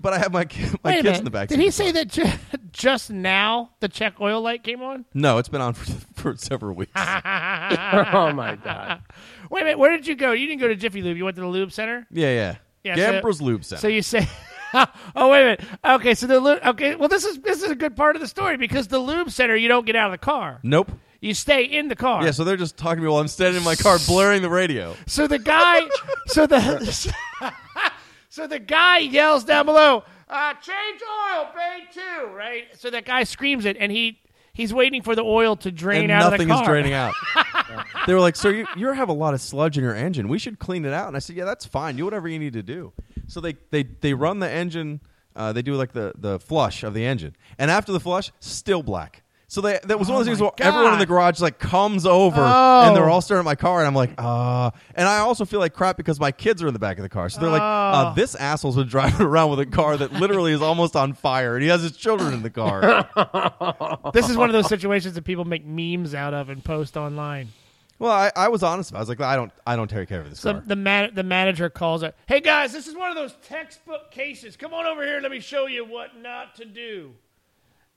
C: but I have my ki- my
D: Wait a
C: kids
D: minute.
C: in the back.
D: Did he say that ju- just now the check oil light came on?
C: No, it's been on for, for several weeks. yeah,
B: Oh my god.
D: Wait a minute. Where did you go? You didn't go to Jiffy Lube. You went to the Lube Center.
C: yeah.
D: Yeah, so-
C: Gambrels Lube Center.
D: So you say, oh wait a minute. Okay, so the lube. Okay, well this is this is a good part of the story because the lube center you don't get out of the car.
C: nope.
D: You stay in the car.
C: Yeah, so they're just talking to me while I'm standing in my car blaring the radio.
D: So the guy, so the, so the guy yells down below, uh, "Change oil, bay two, right?" So that guy screams it, and he he's waiting for the oil to drain
C: and
D: out of the
C: nothing
D: car.
C: is draining out. they were like, "Sir, you, you have a lot of sludge in your engine. We should clean it out." And I said, "Yeah, that's fine. Do whatever you need to do." So they they they run the engine. Uh, they do like the the flush of the engine, and after the flush, still black. So they, that was one of those things
D: Oh my
C: where everyone in
D: God. Oh.
C: the garage like comes over and they're all staring at my car and I'm like, uh and I also feel like crap because my kids are in the back of the car. So they're like,
D: Oh.
C: uh, this asshole's been driving around with a car that literally is almost on fire and he has his children in the car.
D: This is one of those situations that people make memes out of and post online.
C: Well, I, I was honest. about it. I was like, I don't, I don't take care of this
D: So
C: car.
D: the man, the manager calls it. Hey guys, this is one of those textbook cases. Come on over here. and Let me show you what not to do.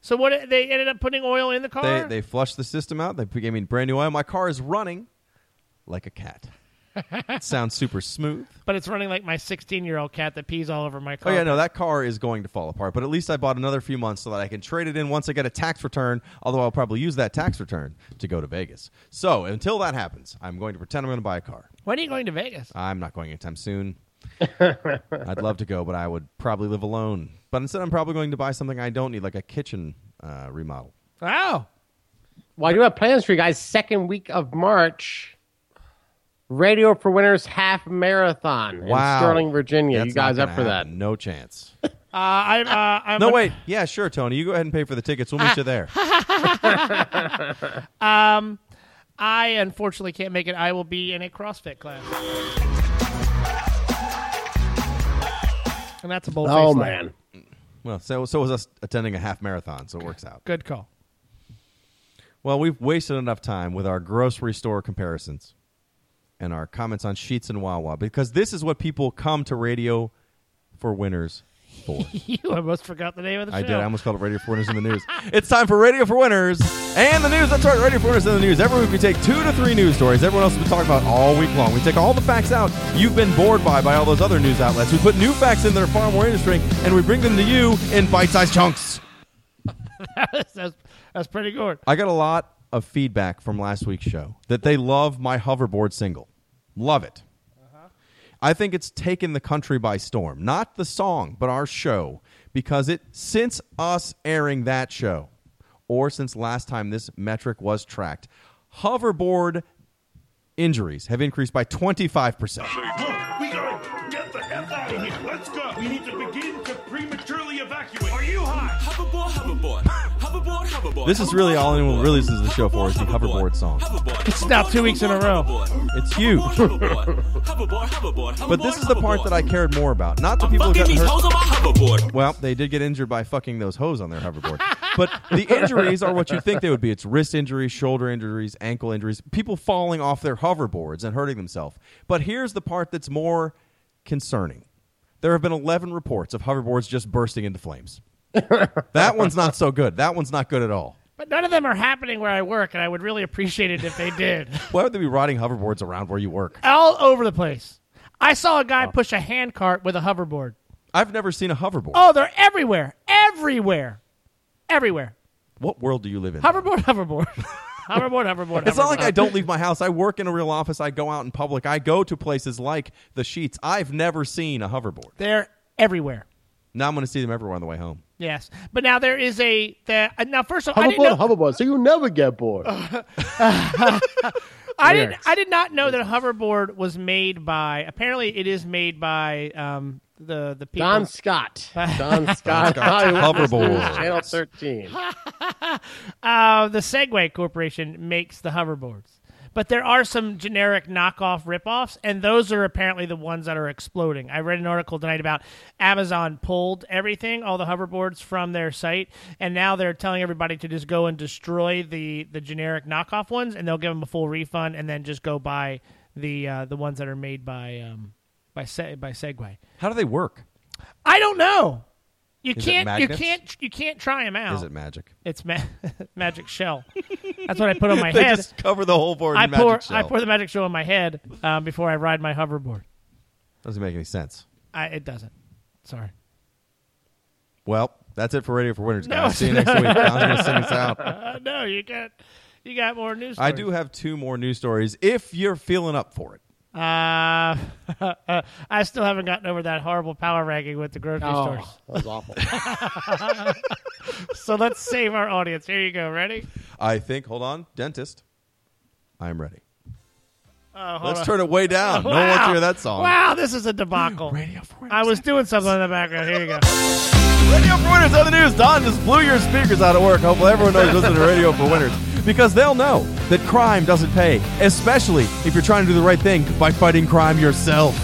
D: So what they ended up putting oil in the car.
C: They, they flushed the system out. They gave me brand new oil. My car is running like a cat. it sounds super smooth.
D: but it's running like my 16 year old cat that pees all over my
C: Oh
D: car.
C: yeah, no, that car is going to fall apart. But at least I bought another few months so that I can trade it in once I get a tax return. Although I'll probably use that tax return to go to Vegas. So until that happens, I'm going to pretend I'm going to buy a car.
D: When are you going to Vegas?
C: I'm not going anytime soon. I'd love to go, but I would probably live alone. But instead, I'm probably going to buy something I don't need, like a kitchen uh, remodel.
D: Oh,
B: Well, I do have plans for you guys. Second week of March, Radio for Winners Half Marathon
C: Wow.
B: in Sterling, Virginia.
C: That's
B: you guys up
C: not gonna
B: for
C: happen. No chance.
D: uh, I'm. Uh, I'm
C: No, wait. Yeah, sure, Tony. You go ahead and pay for the tickets. We'll meet you there.
D: I unfortunately can't make it. I will be in a CrossFit class. And that's a bold.
B: that? Oh
D: face lie.
B: man,
C: Well, so so was us attending a half marathon, so it works out.
D: good call.
C: Well, we've wasted enough time with our grocery store comparisons and our comments on Sheets and Wawa because this is what people come to radio for winners for.
D: You almost forgot the name of the show.
C: I did. I almost called it Radio for Winners in the News. It's time for Radio for Winners and the News. That's right, Radio for Winners in the News. Every week we take two to three news stories everyone else has been talking about all week long. We take all the facts out you've been bored by by all those other news outlets. We put new facts in that are far more interesting, and we bring them to you in bite-sized chunks.
D: that's, that's pretty good.
C: I got a lot of feedback from last week's show that they love my hoverboard single. Love it. I think it's taken the country by storm. Not the song, but our show. Because it, since us airing that show, or since last time this metric was tracked, hoverboard injuries have increased by 25%.
I: We gotta get the hell out of here. Let's go. We need to begin to prematurely evacuate. Are you hot?
J: Hoverboard, hoverboard, hoverboard, hoverboard.
C: This is really all anyone really listens to the show for is the hoverboard song.
D: It's now two weeks in a row.
C: It's huge. But this is the part that I cared more about. Not the people who
J: Fucking
C: got
J: these
C: hurt.
J: hoes on my hoverboard.
C: Well, they did get injured by fucking those hoes on their hoverboard. but the injuries are what you think they would be. It's wrist injuries, shoulder injuries, ankle injuries, people falling off their hoverboards and hurting themselves. But here's the part that's more concerning. There have been 11 reports of hoverboards just bursting into flames. that one's not so good. That one's not good at all.
D: But none of them are happening where I work, and I would really appreciate it if they did.
C: Why would they be riding hoverboards around where you work?
D: All over the place. I saw a
C: Oh.
D: guy push a hand cart with a hoverboard.
C: I've never seen a hoverboard.
D: Oh, they're everywhere. Everywhere. Everywhere.
C: What world do you live in?
D: Hoverboard, hoverboard. hoverboard, hoverboard.
C: It's not like
D: hoverboard.
C: I don't leave my house. I work in a real office. I go out in public. I go to places like the Sheets. I've never seen a hoverboard.
D: They're everywhere.
C: Now I'm going to see them everywhere on the way home.
D: Yes. But now there is a. The, uh, now, first of all, I didn't
B: Hoverboard,
D: know.
B: hoverboard, so you never get bored.
D: I didn't.
B: lyrics.
D: I did not know that a hoverboard was made by. Apparently, it is made by um, the the people.
B: Don Scott. Don Scott.
C: Hoverboard.
B: Channel 13.
D: uh, the Segway Corporation makes the hoverboards, but there are some generic knockoff ripoffs, and those are apparently the ones that are exploding. I read an article tonight about Amazon pulled everything, all the hoverboards from their site, and now they're telling everybody to just go and destroy the the generic knockoff ones, and they'll give them a full refund, and then just go buy the uh, the ones that are made by um, by Se- by Segway.
C: How do they work?
D: I don't know. You
C: Is it
D: can't. You
C: magnets?
D: can't. You can't try them out.
C: Is it magic?
D: It's ma- magic shell. That's what I put on my
C: They
D: head.
C: just cover the whole board in
D: I
C: magic
D: pour.
C: shell.
D: I pour the magic shell on my head um, before I ride my hoverboard.
C: Doesn't make any sense.
D: I, it doesn't. Sorry.
C: Well, that's it for Radio for Winners,
D: No.
C: guys. See you next week. Don's going to send us out.
D: Uh, no, you got. You got more news.
C: I do have two more news stories if you're feeling up for it.
D: Uh, I still haven't gotten over that horrible power ranking with the grocery
B: Oh,
D: stores.
B: that was awful.
D: So let's save our audience. Here you go. Ready?
C: I think, hold on, dentist. I'm ready.
D: Uh, hold
C: Let's
D: on.
C: turn it way down. No one wants to hear that song.
D: Wow, this is a debacle.
C: Radio for
D: I was doing something in the background. Here you go.
C: Radio for Winners on the news. Don just blew your speakers out of work. Hopefully, everyone knows listen to Radio for Winners because they'll know that crime doesn't pay, especially if you're trying to do the right thing by fighting crime yourself.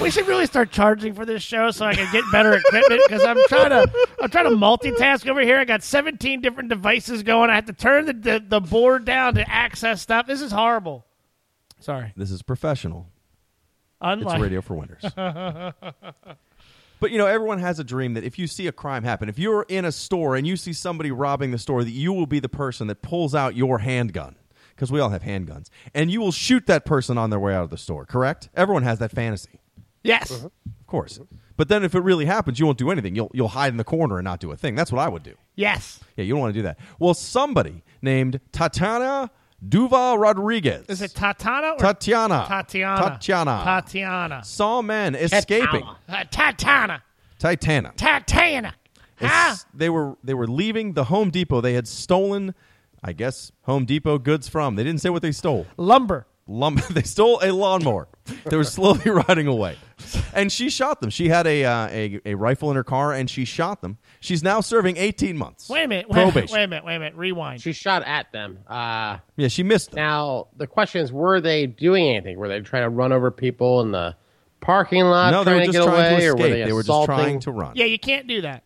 D: We should really start charging for this show so I can get better equipment because I'm trying to I'm trying to multitask over here. I got 17 different devices going. I have to turn the the, the board down to access stuff. This is horrible. Sorry.
C: This is professional. It's
D: Unlike
C: Radio for Winners. But you know, everyone has a dream that if you see a crime happen, if you're in a store and you see somebody robbing the store, that you will be the person that pulls out your handgun because we all have handguns, and you will shoot that person on their way out of the store. Correct? Everyone has that fantasy.
D: Yes.
C: Of course. But then if it really happens, you won't do anything. You'll you'll hide in the corner and not do a thing. That's what I would do.
D: Yes.
C: Yeah, you don't want to do that. Well, somebody named Tatiana Duval Rodriguez.
D: Is it Tatana or
C: Tatiana.
D: Tatiana?
C: Tatiana.
D: Tatiana.
C: saw men escaping.
D: Uh, Tatiana.
C: Titana.
D: Tatiana. Ah. Huh?
C: It's- They were they were leaving the Home Depot. They had stolen, I guess, Home Depot goods from. They didn't say what they stole.
D: Lumber.
C: Lumber. They stole a lawnmower. They were slowly riding away, and she shot them. She had a, uh, a a rifle in her car, and she shot them. She's now serving eighteen months.
D: Wait a minute. Wait, a minute,
C: Probation.
D: wait a minute. Wait a minute. Rewind.
B: she shot at them. Uh,
C: Yeah, she missed them.
B: now, the question is, were they doing anything? Were they trying to run over people in the parking lot
C: no, they
B: trying
C: were just
B: to get
C: trying
B: away?
C: to
B: or were
C: escape.
B: they,
C: were just
B: assaulting?
C: trying to run.
D: Yeah, you can't do that.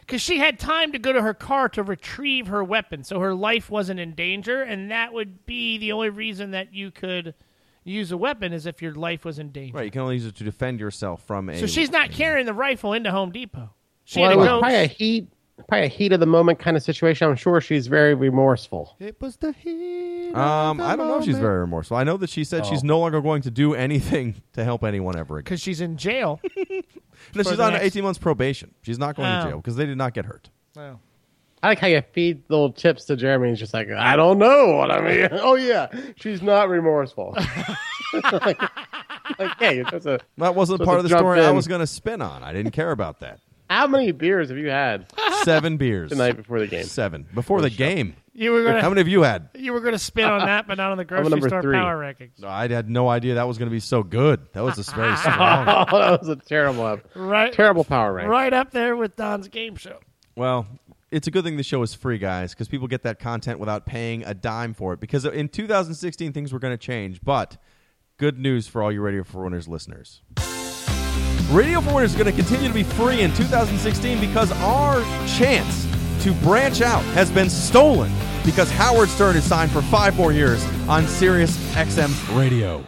D: Because she had time to go to her car to retrieve her weapon, so her life wasn't in danger, and that would be the only reason that you could use a weapon is if your life was in danger.
C: Right. You can only use it to defend yourself from a.
D: So she's not carrying the rifle into Home Depot. She
B: Well, it was probably a
D: had to go.
B: heat, probably a heat of the moment kind of situation. I'm sure she's very remorseful.
C: It was the heat. Um, I don't know if she's very remorseful. I know that she said
B: Oh.
C: she's no longer going to do anything to help anyone ever again.
D: Because she's in jail.
C: No,
D: for
C: she's
D: the
C: on
D: next-
C: 18 months probation. She's not going
D: Oh.
C: to jail because they did not get hurt.
B: I like how you feed little tips to Jeremy. He's just like, I don't know what I mean. oh yeah, she's not remorseful. like, like, hey, that's a.
C: That wasn't
B: So
C: part
B: they
C: of the
B: jump
C: story I
B: in.
C: was going to spin on. I didn't care about that.
B: How many beers have you had
C: Seven beers.
B: the night before the game?
C: Seven. Before the game.
D: You were gonna
C: How many of you had?
D: you were gonna spin on that, but not on the grocery
B: number
D: store
B: three.
D: power rankings.
C: No, I had no idea that was going to be so good. That was just very
B: Oh,
C: strong.
B: that was a terrible, ep-
D: Right,
B: terrible power rank.
D: right up there with Don's game show.
C: Well, it's a good thing the show is free, guys, because people get that content without paying a dime for it. Because in 2016, things were going to change. But good news for all you Radio for Winners listeners. Radio for Winners is going to continue to be free in 2016 because our chance to branch out has been stolen because Howard Stern is signed for five more years on Sirius XM Radio.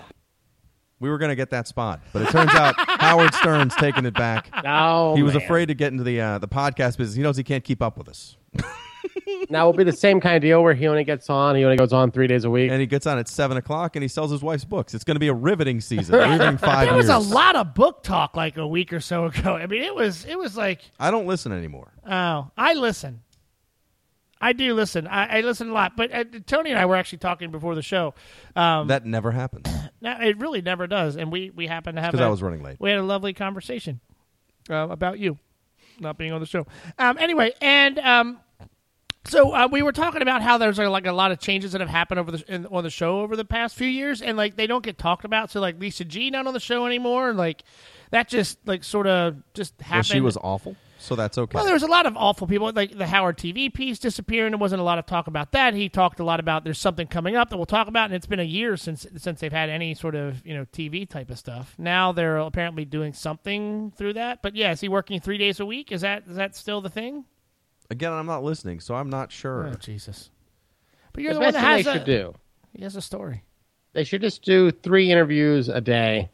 C: We were going to get that spot, but it turns out Howard Stern's taking it back
B: Now
C: he was
B: Oh,
D: Oh,
B: man.
C: afraid to get into the uh, the podcast business. He knows he can't keep up with us,
B: Now it'll be the same kind of deal where he only gets on, he only goes on three days a week.
C: and he gets on at seven o'clock and he sells his wife's books. It's going to be a riveting season. a riveting five
D: There was
C: years.
D: a lot of book talk like a week or so ago. I mean, it was it was like
C: I don't listen anymore.
D: Oh, I listen. I do listen. I, I listen a lot. But uh, Tony and I were actually talking before the show. Um,
C: That never happened.
D: now, it really never does, and we we happen to have
C: 'Cause I
D: a-
C: was running late.
D: We had a lovely conversation uh, about you not being on the show. Um, anyway, and um, so uh, we were talking about how there's uh, like a lot of changes that have happened over the in, on the show over the past few years, and like they don't get talked about. So like Lisa G not on the show anymore, and like that just like sort of just happened.
C: Well, she was awful, so that's okay.
D: Well, there was a lot of awful people, like the Howard TV piece disappearing. There wasn't a lot of talk about that. He talked a lot about there's something coming up that we'll talk about, and it's been a year since since they've had any sort of you know TV type of stuff. Now they're apparently doing something through that. But yeah, is he working three days a week? Is that is that still the thing?
C: Again, I'm not listening, so I'm not sure.
D: Oh Jesus! But you're
B: the
D: the,
B: best
D: one
B: thing
D: that
B: they
D: has
B: should
D: a,
B: do,
D: He has a story.
B: they should just do three interviews a day,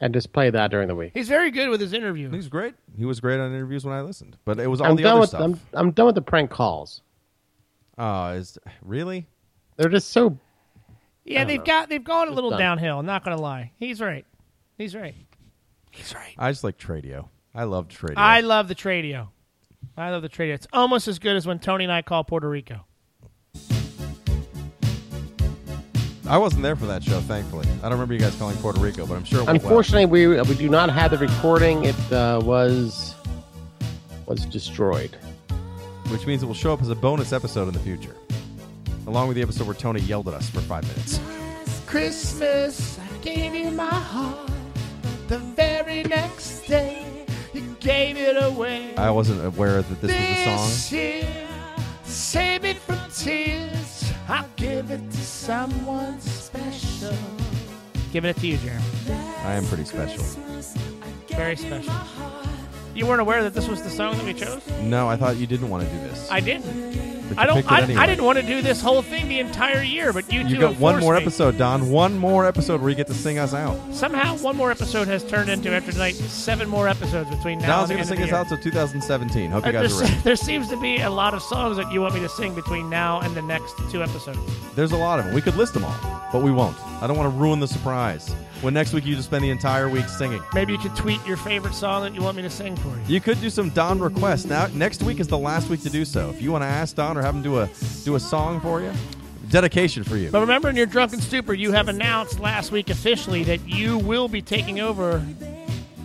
B: and just play that during the week.
D: He's very good with his interview.
C: He's great. He was great on interviews when I listened, but it was all
B: I'm
C: the
B: done
C: other
B: with
C: stuff.
B: I'm, I'm done with the prank calls.
C: Oh, is really?
B: They're just
D: Oh,
B: so
D: Yeah, they've got they've gone a little
B: done.
D: downhill. I'm not gonna lie. He's right. He's right.
C: I just like Tradio. I loved Tradio.
D: I love the Tradio. I love the Tradio. It's almost as good as when Tony and I call Puerto Rico.
C: I wasn't there for that show, thankfully. I don't remember you guys calling Puerto Rico, but I'm sure. It went well.
B: Unfortunately, we we do not have the recording. It uh, was was destroyed.
C: which means it will show up as a bonus episode in the future, along with the episode where Tony yelled at us for five minutes.
D: Christmas, I gave you my heart. The very next day, you gave it away.
C: I wasn't aware that this was the song.
D: year, save it from tears. I'll give it to someone special. Giving it to you, Jeremy.
C: I am pretty special.
D: Very special. You weren't aware that this was the song that we chose?
C: No, I thought you didn't want to do this.
D: I didn't.
C: but you
D: I don't.
C: picked it
D: I,
C: anyway.
D: I didn't want to do this whole thing the entire year, but you two
C: You got
D: have
C: one
D: forced
C: more
D: me.
C: episode, Don. One more episode where you get to sing us out.
D: Somehow, one more episode has turned into after tonight seven more episodes between now
C: Don's
D: and the
C: going to
D: end
C: sing
D: of
C: us
D: the
C: out till 2017. Hope you
D: year. Uh,
C: guys are
D: there's-
C: ready.
D: there seems to be a lot of songs that you want me to sing between now and the next two episodes.
C: There's a lot of them. We could list them all, but we won't. I don't want to ruin the surprise. When next week you just spend the entire week singing.
D: Maybe you could tweet your favorite song that you want me to sing for you.
C: You could do some Don requests. Now next week is the last week to do so. If you want to ask Don or have him do a do a song for you, dedication for you.
D: But remember, in your drunken stupor, you have announced last week officially that you will be taking over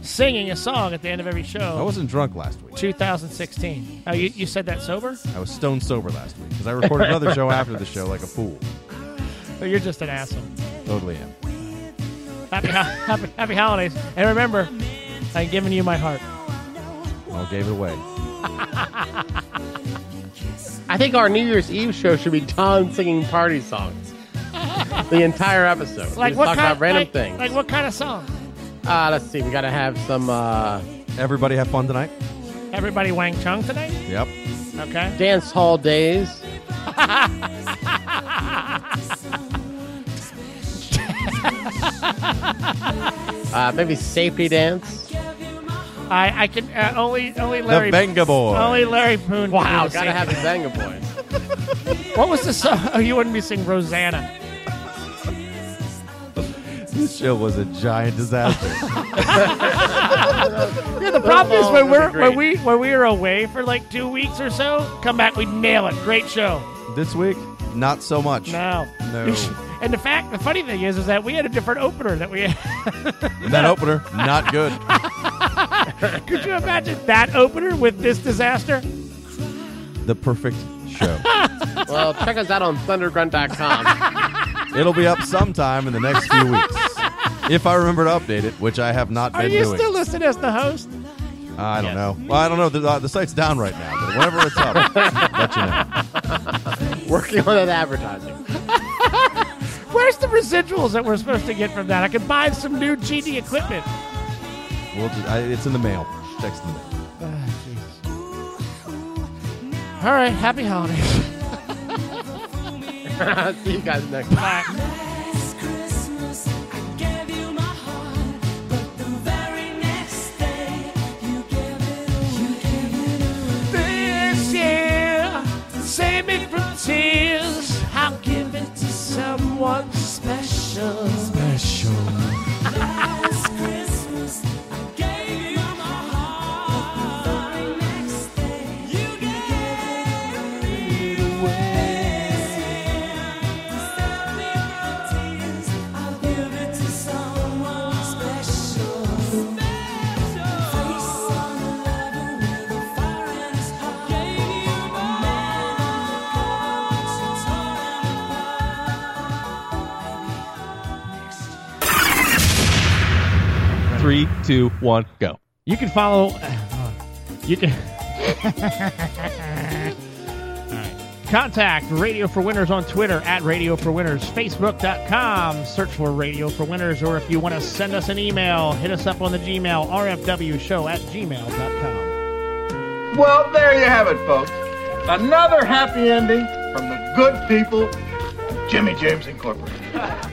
D: singing a song at the end of every
C: I
D: show.
C: wasn't drunk last week.
D: 2016. Oh, you, you said that sober?
C: I was stone sober last week because I recorded another show after the show like a fool.
D: Oh, you're just an asshole.
C: Totally am.
D: Happy, ho- happy, happy holidays. And remember, I'm giving you my heart.
C: Well, gave it away.
B: I think our New Year's Eve show should be Don singing party songs. the entire episode. we
D: Like
B: just
D: what
B: talk
D: kind?
B: about random
D: like,
B: things.
D: Like what kind of song?
B: uh, let's see. We got to have some uh,
C: Everybody have fun tonight?
D: Everybody Wang Chung tonight?
C: Yep.
D: Okay.
B: dance hall days. uh, maybe safety dance.
D: I I can uh, only only Larry
C: the Benga Boy.
D: only Larry Boone.
B: Wow,
D: could do the
B: gotta
D: same
B: have the
D: thing.
B: Banga Boys.
D: What was the song? Oh, you wouldn't be singing Rosanna.
C: This show was a giant disaster.
D: Yeah, the problem is when
B: Oh, that'd
D: we're
B: be
D: when
B: great.
D: we when we are away for like two weeks or so, come back, we nail it. Great show.
C: this week, not so much.
D: No.
C: No.
D: You should- And the fact, the funny thing is, is that we had a different opener that we.
C: That opener, not good.
D: Could you imagine that opener with this disaster?
C: the perfect show.
B: Well, check us out on thundergrunt.com.
C: It'll be up sometime in the next few weeks. If I remember to update it, which I have not
D: Are
C: been
D: you
C: doing.
D: still listening as the host?
C: I don't know. Well, I don't know. The, uh, the site's down right now, but whenever it's up, let you know.
B: Working on that advertising.
D: Where's the residuals that we're supposed to get from that? I could buy some new GD equipment.
C: We'll just, I, it's in the mail. Text in the mail.
D: All right, happy holidays.
B: See you guys next time.
H: Last Christmas, I gave you my heart, but the very next day, you gave it away.
D: This year, save me from tears. I'll give it to someone special.
H: Last Christmas, I gave you my heart, but the very next day, you gave it away. Save me from tears. I'll give it to someone special. Face on the level with a fire in his heart. Gave you my man on the cross who tore him apart. Next year.
C: Three, two, one, go.
D: You can follow. uh, You can. Contact Radio for Winners on Twitter at Radio for Winners, Facebook.com. Search for Radio for Winners, or if you want to send us an email, hit us up on the Gmail, rfwshow at gmail.com.
K: Well, there you have it, folks. Another happy ending from the good people of Jimmy James Incorporated.